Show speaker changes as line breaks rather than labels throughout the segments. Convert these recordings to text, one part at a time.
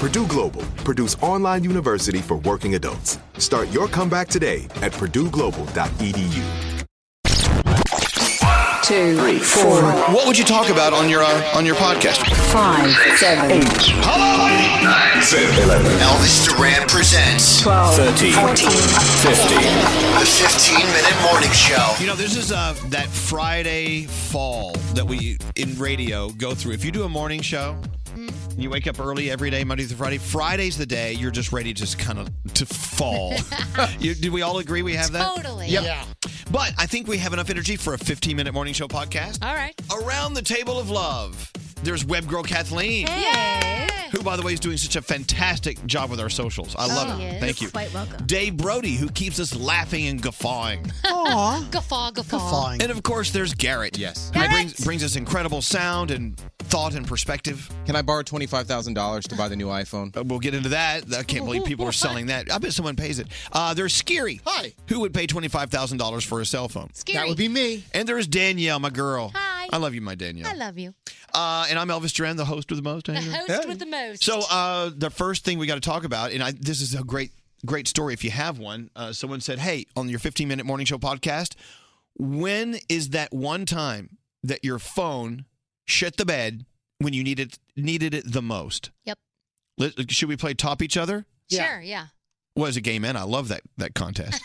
Purdue Global, Purdue's online university for working adults. Start your comeback today at purdueglobal.edu.
One, two, three, four.
What would you talk about on your uh, on your podcast?
Five, six, seven, eight.
Hello, eight, nine, seven, eleven. Elvis Duran presents
12,
13,
14,
15. The 15 minute morning show.
You know, this is uh, that Friday fall that we in radio go through. If you do a morning show, mm, you wake up early every day, Monday through Friday. Friday's the day you're just ready to just kind of to fall. you, do we all agree we have that?
Totally.
Yep. But I think we have enough energy for a 15 minute morning show podcast.
All right.
Around the Table of Love, there's web girl Kathleen. Who, by the way, is doing such a fantastic job with our socials. I love
She
it.
is.
Thank you.
Quite welcome.
Dave Brody, who keeps us laughing and guffawing.
Aww. guffaw, guffaw.
And of course, there's Garrett. Yes. Who brings, brings us incredible sound and thought and perspective. Can I borrow $25,000 to buy the new iPhone? we'll get into that. I can't believe people are selling that. I bet someone pays it. Uh, there's Scary. Hi. Who would pay $25,000 for a cell phone?
That would
be me. And there's Danielle, my girl.
Hi.
I love you, my Danielle.
I love you.
Uh, and I'm Elvis Duran, the host with the most.
The host with the most.
So uh, the first thing we got to talk about, and I, this is a great, great story if you have one. Uh, someone said, "Hey, on your 15 minute morning show podcast, when is that one time that your phone shit the bed when you needed needed it the most?"
Yep.
Let, should we play top each other?
Sure, yeah.
Was it gay men? I love that that contest.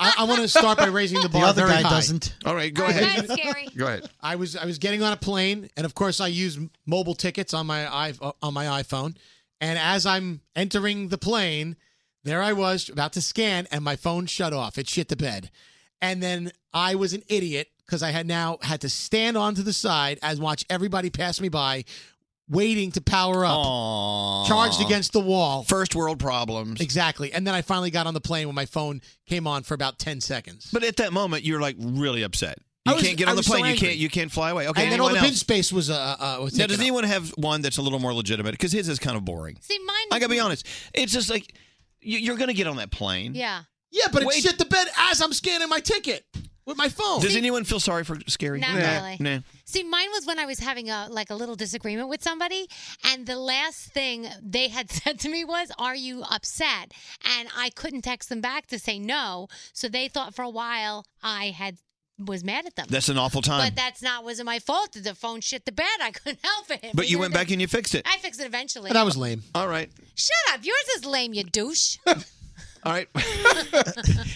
I, I want to start by raising the
The
bar.
other
very
guy
high.
doesn't. All right, go All right, ahead. that's scary. Go ahead.
I was I was getting on a plane, and of course I use m- mobile tickets on my i- on my iPhone. And as I'm entering the plane, there I was about to scan, and my phone shut off. It shit the bed, and then I was an idiot because I had now had to stand onto the side and watch everybody pass me by waiting to power up, charged against the wall.
First world problems.
Exactly. And then I finally got on the plane when my phone came on for about 10 seconds.
But at that moment, you're like really upset. You
I was-
can't get
I
on the
was so
plane. you
angry.
can't. You can't fly away. Okay.
and then all
anyone
the
else?
bin space was, uh, uh, was
Now,
taken
does
up.
anyone have one that's a little more legitimate? Because his is kind of boring.
See, mine.
I gotta be honest. It's just like you- you're gonna get on that plane.
Yeah.
Yeah, but it
Wait.
shit the bed as I'm scanning my ticket with my phone.
Does anyone feel sorry for Scary?
Not
Nah.
really.
Nah.
See, mine was when I was having a like a little disagreement with somebody, and the last thing they had said to me was, "Are you upset?" And I couldn't text them back to say no, so they thought for a while I had was mad at them.
That's an awful time.
But that's not wasn't my fault. that The phone shit the bed. I couldn't help it.
But you
know,
went
that-
back and you fixed it.
I fixed it eventually.
lame.
All right.
Shut up! Yours is lame, you douche.
All right.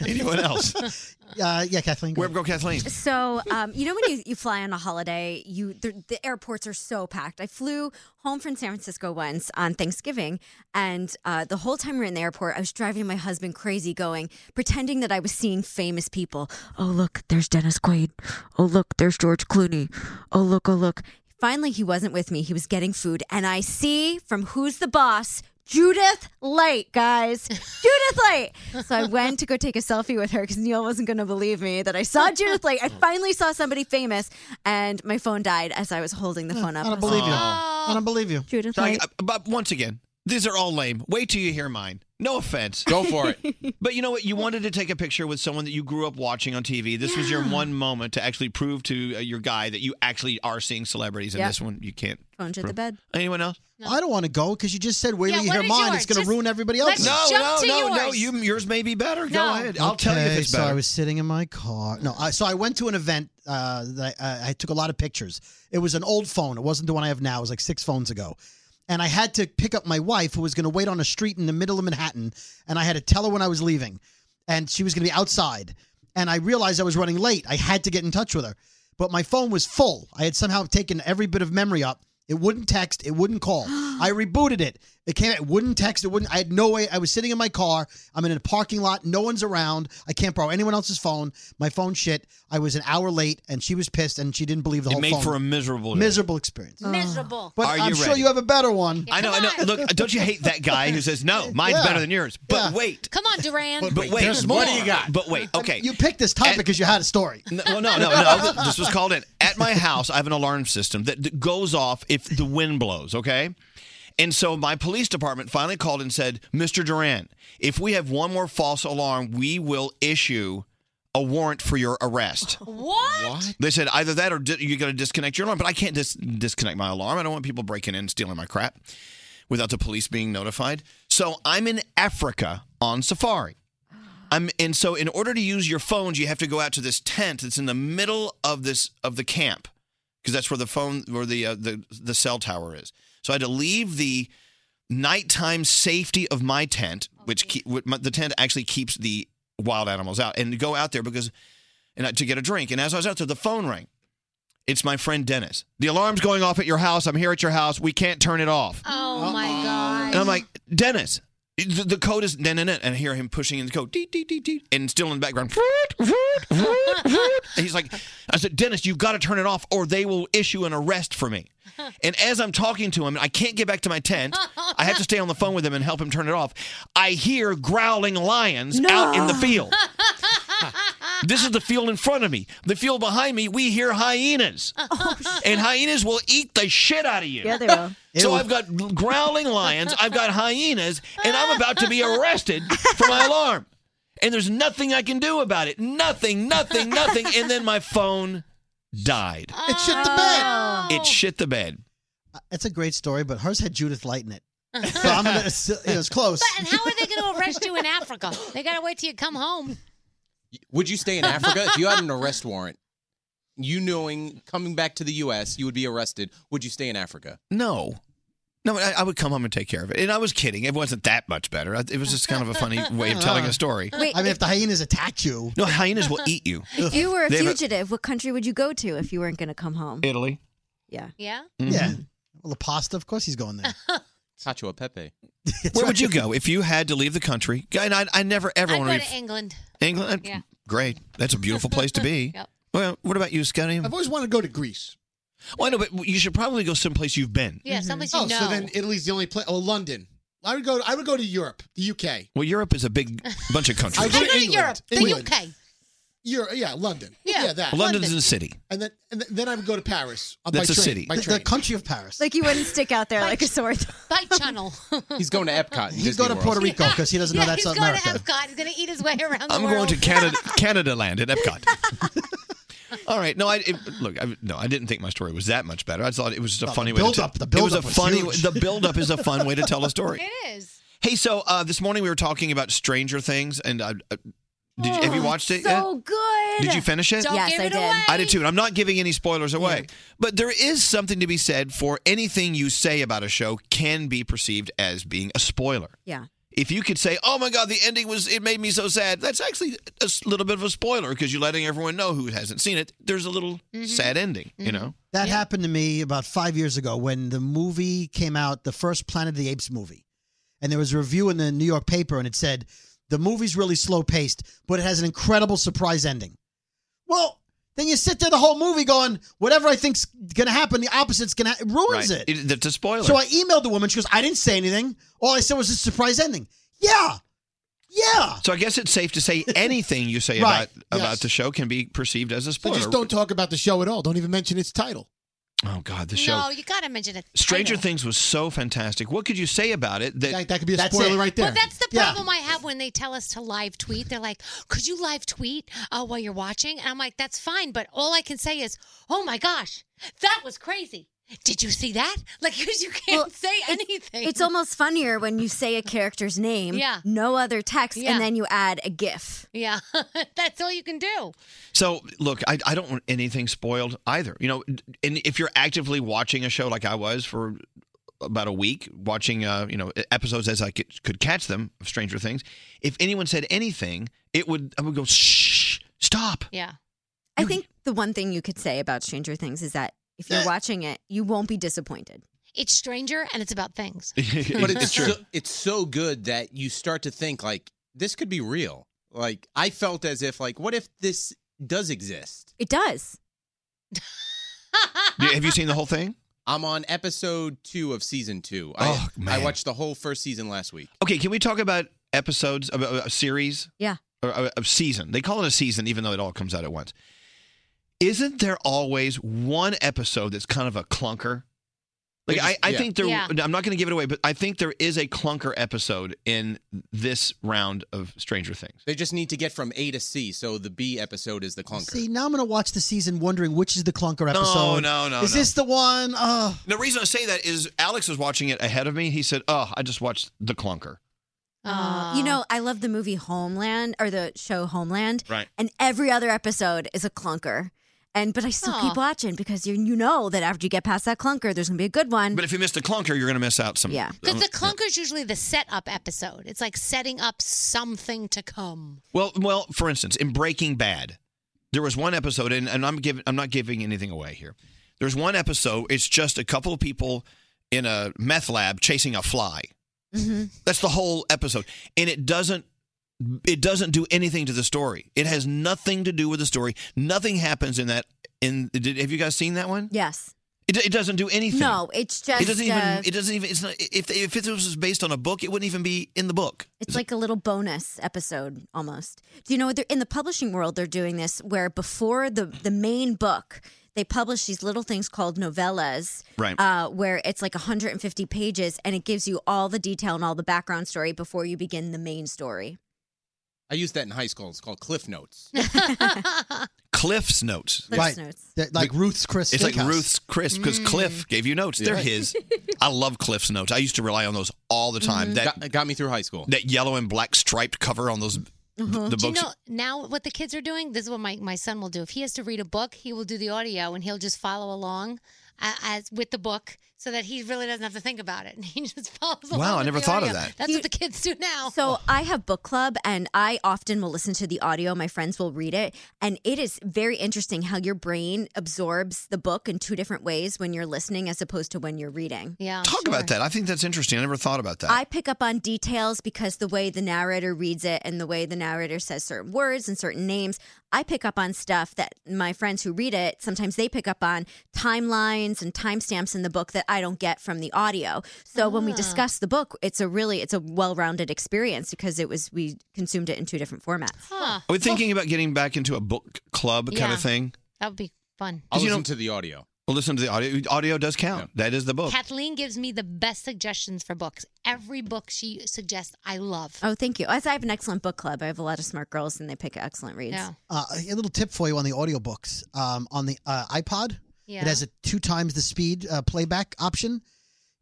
Anyone else?
Uh, yeah, Kathleen.
Where go, Kathleen?
So, um, you know, when you, you fly on a holiday, you the, the airports are so packed. I flew home from San Francisco once on Thanksgiving, and uh, the whole time we were in the airport, I was driving my husband crazy, going pretending that I was seeing famous people. Oh look, there's Dennis Quaid. Oh look, there's George Clooney. Oh look, oh look. Finally, he wasn't with me. He was getting food, and I see from Who's the Boss. Judith Light, guys. Judith Light. So I went to go take a selfie with her because Neil wasn't going to believe me that I saw Judith Light. I finally saw somebody famous, and my phone died as I was holding the phone up.
I don't believe you.
Aw.
I don't believe you.
Judith
Oh. Sorry,
Light.
uh, but once again, these are all lame. Wait till you hear mine. No offense.
Go for
it. but you know what? You wanted to take a picture with someone that you grew up watching on TV. This was your
Yeah.
one moment to actually prove to uh, your guy that you actually are seeing celebrities. And
Yep.
this one, you can't.
Phone shit
prove.
the bed.
Anyone else?
I don't want to go because you just said wait
Yeah,
till you
what
hear
is
mine.
yours?
It's going
Just
to ruin everybody else.
no, no, no, no. You, yours may be better. Go ahead. I'll tell you if
Okay,
it's
So I
better.
was sitting in my car. No, I, so I went to an event. Uh, that I, I took a lot of pictures. It was an old phone. It wasn't the one I have now. It was like six phones ago. And I had to pick up my wife, who was going to wait on a street in the middle of Manhattan. And I had to tell her when I was leaving, and she was going to be outside. And I realized I was running late. I had to get in touch with her, but my phone was full. I had somehow taken every bit of memory up. It wouldn't text. It wouldn't call. I rebooted it. It came. It wouldn't text. It wouldn't. I had no way. I was sitting in my car. I'm in a parking lot. No one's around. I can't borrow anyone else's phone. My phone shit. I was an hour late, and she was pissed, and she didn't believe the
It
whole
made
phone.
for a miserable day.
miserable experience.
Miserable.
But
Are you
I'm sure
ready?
you have a better one.
I know, I know. Look, don't you hate that guy who says, no, mine's
Yeah.
better than yours? But wait.
Come on, Duran.
But wait.
more.
What do you got? But wait. Okay.
You picked this topic because you had a story.
No, well, no, no, no. Th- This was called in. At my house, I have an alarm system that that goes off if the wind blows, okay? And so my police department finally called and said, Mr. Duran, if we have one more false alarm, we will issue a warrant for your arrest.
What?
They said either that or di- you're going to disconnect your alarm. But I can't dis- disconnect my alarm. I don't want people breaking in and stealing my crap without the police being notified. So I'm in Africa on safari. I'm and so in order to use your phones, you have to go out to this tent that's in the middle of this of the camp because that's where the phone where the uh, the the cell tower is. So I had to leave the nighttime safety of my tent, which keep, wh- my- the tent actually keeps the wild animals out, and go out there because and I, to get a drink. And as I was out there, the phone rang. It's my friend Dennis. The alarm's going off at your house. I'm here at your house. We can't turn it off.
Oh my god.
And I'm like, Dennis, the, the code is na na na. And I hear him pushing in the code, dee, dee, dee, dee, and still in the background. And he's like, I said, Dennis, you've got to turn it off or they will issue an arrest for me. And as I'm talking to him, I can't get back to my tent. I have to stay on the phone with him and help him turn it off. I hear growling lions out in the field. This is the field in front of me. The field behind me, we hear hyenas. and hyenas will eat the shit out of you.
Yeah, they will.
So
Ew.
I've got growling lions, I've got hyenas, and I'm about to be arrested for my alarm. And there's nothing I can do about it. Nothing, nothing, nothing. And then my phone died.
It shit the bed.
Oh.
It shit the bed.
Uh, It's a great story, but hers had Judith Light in it. So I'm gonna. It was close.
And how are they going to arrest you in Africa? They got to wait till you come home.
Would you stay in Africa if you had an arrest warrant? You knowing coming back to the U.S., you would be arrested. Would you stay in Africa?
No. No, I, I would come home and take care of it. And I was kidding. It wasn't that much better. I- It was just kind of a funny way of telling a story.
I mean, if the hyenas attack you,
No, hyenas will eat you.
If you were a
They have
fugitive, what country would you go to if you weren't going to come home?
Italy.
Yeah.
Yeah.
Yeah. Well, the pasta, of course, he's going there.
Cacio e Pepe.
Where would you go if you had to leave the country? Guy, And I, I never ever
I'd
want
go
to
to
leave
England.
England.
Yeah.
Great. That's a beautiful place to be.
Yep.
Well, what about you, Scotty?
I've always wanted to go to Greece.
Well, I know, but you should probably go someplace you've been.
Yeah, someplace you
oh,
know.
so then Italy's the only place. Oh, London. I would go. I would go to Europe, the UK.
Well, Europe is a big bunch of countries.
I go to England,
Europe, the
England.
UK.
Europe, yeah, London.
Yeah.
Yeah, that.
Well, London's a city.
And then, and then I would go to Paris. uh,
That's
by
a
train,
city.
By
The- the
train. country of Paris.
Like you wouldn't stick out there like a sore thumb.
Bike tunnel.
He's going to Epcot.
He's going to Puerto Rico because he doesn't know that's
he's going
America.
to Epcot. Oh, He's going to eat his way around the
I'm
world.
going to Canada, Canada Land at Epcot. All right, no, I it, look, I, no, I didn't think my story was that much better. I thought it was just a
No, the
funny way. to
build-up-
tell-
the
it was a
build-up was
funny.
huge.
The build-up is a fun way to tell a story.
It is.
Hey, so uh, this morning we were talking about Stranger Things, and uh, uh, did you, have you watched it
uh,
yet?
good.
Did you finish it?
yes, I did.
I did too. And I'm not giving any spoilers away. But there is something to be said for anything you say about a show can be perceived as being a spoiler.
Yeah.
If you could say, "Oh my God, the ending was it made me so sad," that's actually a s- little bit of a spoiler because you're letting everyone know who hasn't seen it. There's a little sad ending, you know.
That happened to me about five years ago when the movie came out, the first Planet of the Apes movie. And there was a review in the New York paper and it said, the movie's really slow paced, but it has an incredible surprise ending. Well, then you sit there the whole movie going, whatever I think's going to happen, the opposite's going to, it ruins Mm-hmm. it.
That's a spoiler.
So I emailed the woman. She goes, I didn't say anything. All I said was a surprise ending. Yeah. Yeah.
So I guess it's safe to say anything you say
Right,
about
yes.
about the show can be perceived as a
So
spoiler.
just don't talk about the show at all. Don't even mention its title.
oh God, the show.
No, you got to mention it.
Stranger Things was so fantastic. What could you say about it? That
that, could be a spoiler right there.
Well, that's the problem I have when they tell us to live tweet. They're like, "Could you live tweet uh, while you're watching?" And I'm like, "That's fine," but all I can say is, "Oh my gosh, that was crazy! Did you see that?" Like, 'cause you can't say anything.
It's almost funnier when you say a character's name,
Yeah.
no other text,
Yeah.
and then you add a GIF.
yeah. that's all you can do.
So look, I, I don't want anything spoiled either. You know, and if you're actively watching a show like I was for about a week, watching uh, you know episodes as I could, could catch them of Stranger Things, if anyone said anything, it would I would go shh, stop.
Yeah.
I think the one thing you could say about Stranger Things is that if
Eh.
you're watching it, you won't be disappointed.
It's stranger and it's about things.
but it's so, it's so good that you start to think like this could be real. Like I felt as if like what if this does exist?
It does.
Have you seen the whole thing?
I'm on episode two of season two.
Oh,
I,
man.
I watched the whole first season last week.
Okay, can we talk about episodes of a series?
Yeah.
Or uh, a, a season. They call it a season, even though it all comes out at once. Isn't there always one episode that's kind of a clunker? Like
They
I,
just-
I
yeah.
think there.
Yeah.
I'm not going to give it away, but I think there is a clunker episode in this round of Stranger Things.
They just need to get from A to C, so the B episode is the clunker.
See, now I'm going to watch the season wondering which is the clunker episode.
no, no,
Is
no.
this the one? Uh,
The reason I say that is Alex was watching it ahead of me. He said, "Oh, I just watched the clunker."
Uh, You know, I love the movie Homeland or the show Homeland.
Right.
And every other episode is a clunker. And but I still keep watching because you you know that after you get past that clunker, there's gonna be a good one.
But if you miss the clunker, you're going to miss out some.
Yeah.
Because the clunker is usually the setup episode. It's like setting up something to come.
Well, well, for instance, in Breaking Bad, there was one episode, and, and I'm giving I'm not giving anything away here. There's one episode. It's just a couple of people in a meth lab chasing a fly. That's the whole episode, and it doesn't it doesn't do anything to the story. It has nothing to do with the story. Nothing happens in that. In did, have you guys seen that one?
Yes.
It, it doesn't do anything.
No, it's just
it doesn't even.
uh,
it doesn't even. It's not. If if it was based on a book, it wouldn't even be in the book.
It's like a little bonus episode almost. Do you know they're- in the publishing world they're doing this where before the the main book they publish these little things called novellas,
Right.
Uh, where it's like 150 pages and it gives you all the detail and all the background story before you begin the main story.
I used that in high school. It's called Cliff Notes.
Cliff's notes.
Cliff's Right. notes.
They're like Ruth's Chris.
It's like
Steakhouse. Mm.
Ruth's Chris because Cliff gave you notes. They're
Yeah.
his. I love Cliff's notes. I used to rely on those all the time.
Mm-hmm.
Mhm.
That
got, me through high school.
That yellow and black striped cover on those the books.
Do you know now what the kids are doing? This is what my, my son will do. If he has to read a book, he will do the audio and he'll just follow along a- uh, as with the book. so that he really doesn't have to think about it, and he just follows along.
Wow, I
with
never
the
thought of
audio.
that.
That's what the kids do now.
So I have book club and I often will listen to the audio. My friends will read it. And it is very interesting how your brain absorbs the book in two different ways when you're listening as opposed to when you're reading.
Yeah.
Talk about that. I think that's interesting. I never thought about that.
I pick up on details because the way the narrator reads it and the way the narrator says certain words and certain names, I pick up on stuff that my friends who read it sometimes they pick up on timelines and timestamps in the book that I don't get from the audio. So when we
Ah.
discuss the book, it's a really it's a well-rounded experience because it was we consumed it in two different formats.
Huh.
Are we thinking about getting back into a book club kind
Yeah.
of thing?
That would be fun.
I'll listen to the audio. Well, listen to the audio. Audio does count. That is the book.
Kathleen gives me the best suggestions for books. Every book she suggests, I love.
Oh, thank you. As I have an excellent book club. I have a lot of smart girls and they pick excellent reads.
Yeah.
Uh, a little tip for you on the audiobooks. Um, on the uh, iPod,
Yeah.
it has a two times the speed uh, playback option.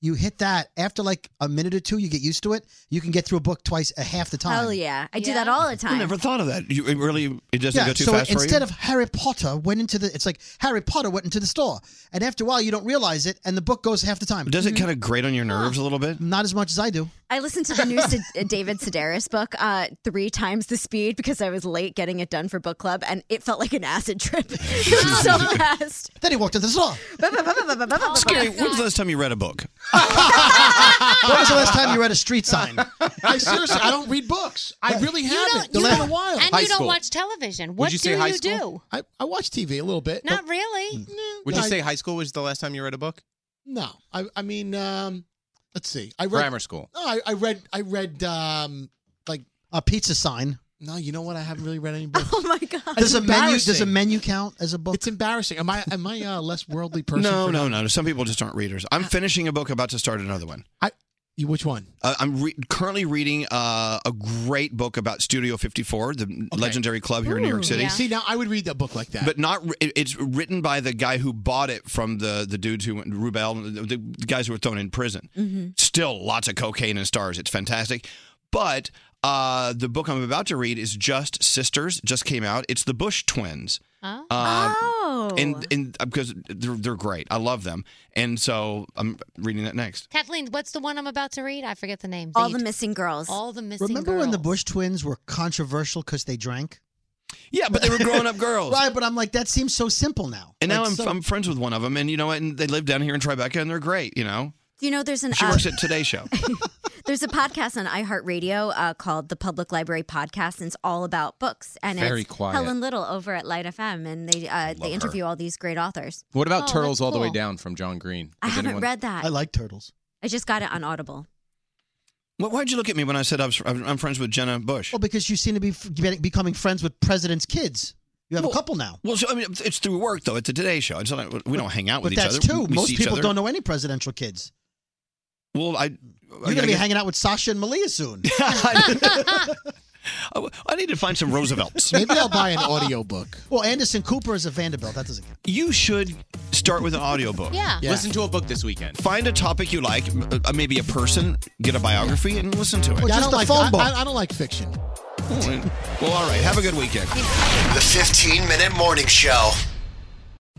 You hit that after like a minute or two, you get used to it. You can get through a book twice, uh, half the time.
Hell yeah. I do that all the
I
time.
never thought of that. You, it really it doesn't
yeah,
go too
so
fast
instead
for
of Harry Potter went into the, it's like Harry Potter went into the store, and after a while you don't realize it, and the book goes half the time.
you. Does it kind of grate on your nerves a little bit?
Mm-hmm. Not as much as I do.
I listened to the new Sid- David Sedaris book uh, three times the speed because I was late getting it done for book club, and it felt like an acid trip. it was so fast.
Then he walked into the store.
Scary. When's the last time you read a book?
when was the last time you read a street sign?
I seriously, I don't read books. I really
You
haven't.
don't- you
it's been
don't-
a while.
And you don't watch television. What do you do?
I, I watch TV a little bit. but
Not really.
Would you
I-
say high school was the last time you read a book?
No, I, I mean, um, let's see. I read,
Grammar school.
No, I, I read, I read, um, like
a pizza sign.
No, you know what? I haven't really read any books.
Oh my god!
Does a menu does a menu count as a book? It's
embarrassing. Am I am I a less worldly person?
No,
for
no, no. Some people just aren't readers. I'm
Uh,
finishing a book, about to start another one.
I, you, which one?
Uh, I'm re- currently reading uh, a great book about Studio 54, the legendary club here in New York City.
See, now I would read a book like that.
But not it- it's written by the guy who bought it from the the dudes who went Rubel, the, the guys who were thrown in prison. Still lots of cocaine and stars. It's fantastic. But uh, the book I'm about to read is just Sisters. Just came out. It's the Bush twins. Uh,
Oh.
oh.
And and uh, because they're they're great. I love them. And so I'm reading that next.
Kathleen, what's the one I'm about to read? I forget the name.
All the missing girls.
All the missing
Remember
girls.
when the Bush twins were controversial because they drank?
Yeah, but they were grown up girls.
Right, but I'm like, that seems so simple now.
And now
Like,
I'm,
so-
I'm friends with one of them, and you know what? And they live down here in Tribeca, and they're great. You know,
Do you know there's an
she
uh,
works at Today Show.
there's a podcast on iHeartRadio uh, called the Public Library Podcast, and it's all about books. And
Very
it's
quiet.
Helen Little over at Light FM, and they uh, they interview all these great authors.
What about
Oh,
Turtles
that's
All the Way
cool.
Down from John Green?
I
Has
haven't
anyone-
read that. I,
like turtles.
just got it on Audible.
Well, why'd you look at me when I said I was, I'm friends with Jenna Bush?
Well, because you seem to be f- getting- becoming friends with presidents' kids. You have a couple now.
Well, so, I mean, it's through work though. It's a Today Show. It's not, we don't hang out with
But
each
that's
other. We
two.
see
Most
each
people
other.
don't know any presidential kids.
Well, I
You're going to be hanging out with Sasha and Malia soon.
I need to find some Roosevelts.
Maybe I'll buy an audiobook.
well, Anderson Cooper is a Vanderbilt. That doesn't count.
You should start with an audiobook.
Yeah. Yeah.
Listen to a book this weekend.
Find a topic you like, m- uh, maybe a person, get a biography, and listen to it.
Well,
Yeah, I
just
don't
like,
like-
I-
phone book.
I, I don't like fiction.
well, all right. Have a good weekend.
The 15 minute morning show.